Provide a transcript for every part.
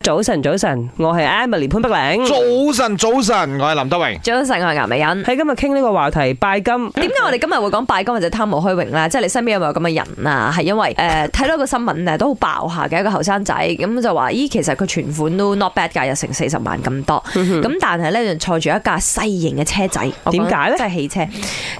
早晨，早晨，我係 Emily 潘碧玲。早晨，早晨，我係林德 榮。早晨，我係顏美 欣。喺今日傾呢個話題，拜金。點解我哋今日會講拜金或者貪慕虛榮啦？即係你身邊有冇有咁嘅人啊？係因為诶睇、到一個新聞啊，都好爆下嘅一個後生仔，咁就話咦，其實佢存款都 not bad 㗎，有成四十萬咁多。嗯咁、但係咧就坐住一架細型嘅車仔，我講點解呢即係汽車。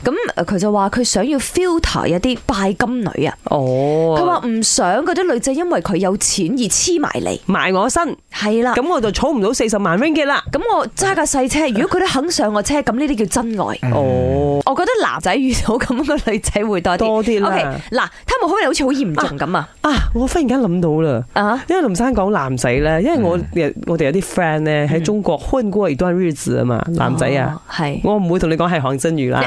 咁呃佢就話佢想要 filter 一啲拜金女啊。哦，佢話唔想嗰啲女仔因為佢有錢而黐埋嚟，埋我身，係啦。咁我就儲唔到四十萬 ringgit 啦。咁我揸架細車，如果佢都肯上我車，咁呢啲叫真愛。哦，我覺得男仔遇到咁嘅女仔會多啲。多啲啦 O K，嗱，貪慕虛榮好似好嚴重咁啊！啊，我忽然間諗到啦。啊，因為林生講男仔咧，因為我我哋有啲 friend 咧喺中國混過一段日子啊嘛，男仔啊，哦，係我唔會同你 講係韓真宇啦，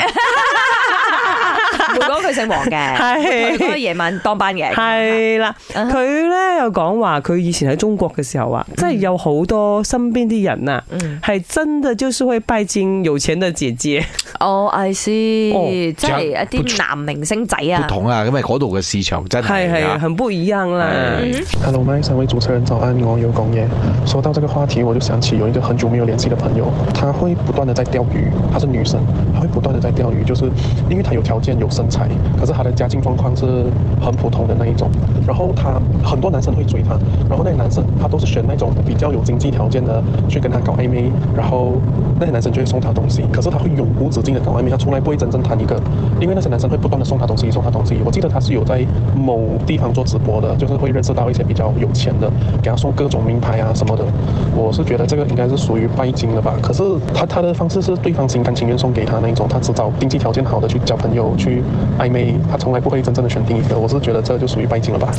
會講佢姓黃嘅，佢嗰個 係夜晚當班嘅，係啦，嗯佢咧又講話佢以前喺中國嘅時候啊，即係有好多身邊啲人啊，嗯，係真的就是會拜金有錢的姐姐。哦，I see，哦即係一啲男明星仔不啊，同啊，因為嗰度嘅市場真系係系啊。很不一样啦。嗯 Hello，麦三位主持人早安，我有龚爷。说到这个话题，我就想起有一个很久没有联系的朋友，她会不断的在钓鱼，她是女生，她会不断的在钓鱼，就是因为她有条件有身材，可是她的家境状况是很普通的那一种。然后她很多男生会追她，然后那些男生她都是选那种比较有经济条件的去跟她搞暧昧，然后那些男生就会送她东西，可是她会永无止境的搞暧昧，她从来不会真正谈一个，因为那些男生会不断的送她东西，送她东西。我记得她是有在某地方做直播的，就是会认识到一些比较有钱的，给她送各种名牌啊什么的。我是觉得这个应该是属于拜金的吧。可是她她的方式是对方心甘情愿送给她那一种，她只找经济条件好的去交朋友去暧昧，她从来不会真正的选定一个。我是觉得这就属于拜金了吧。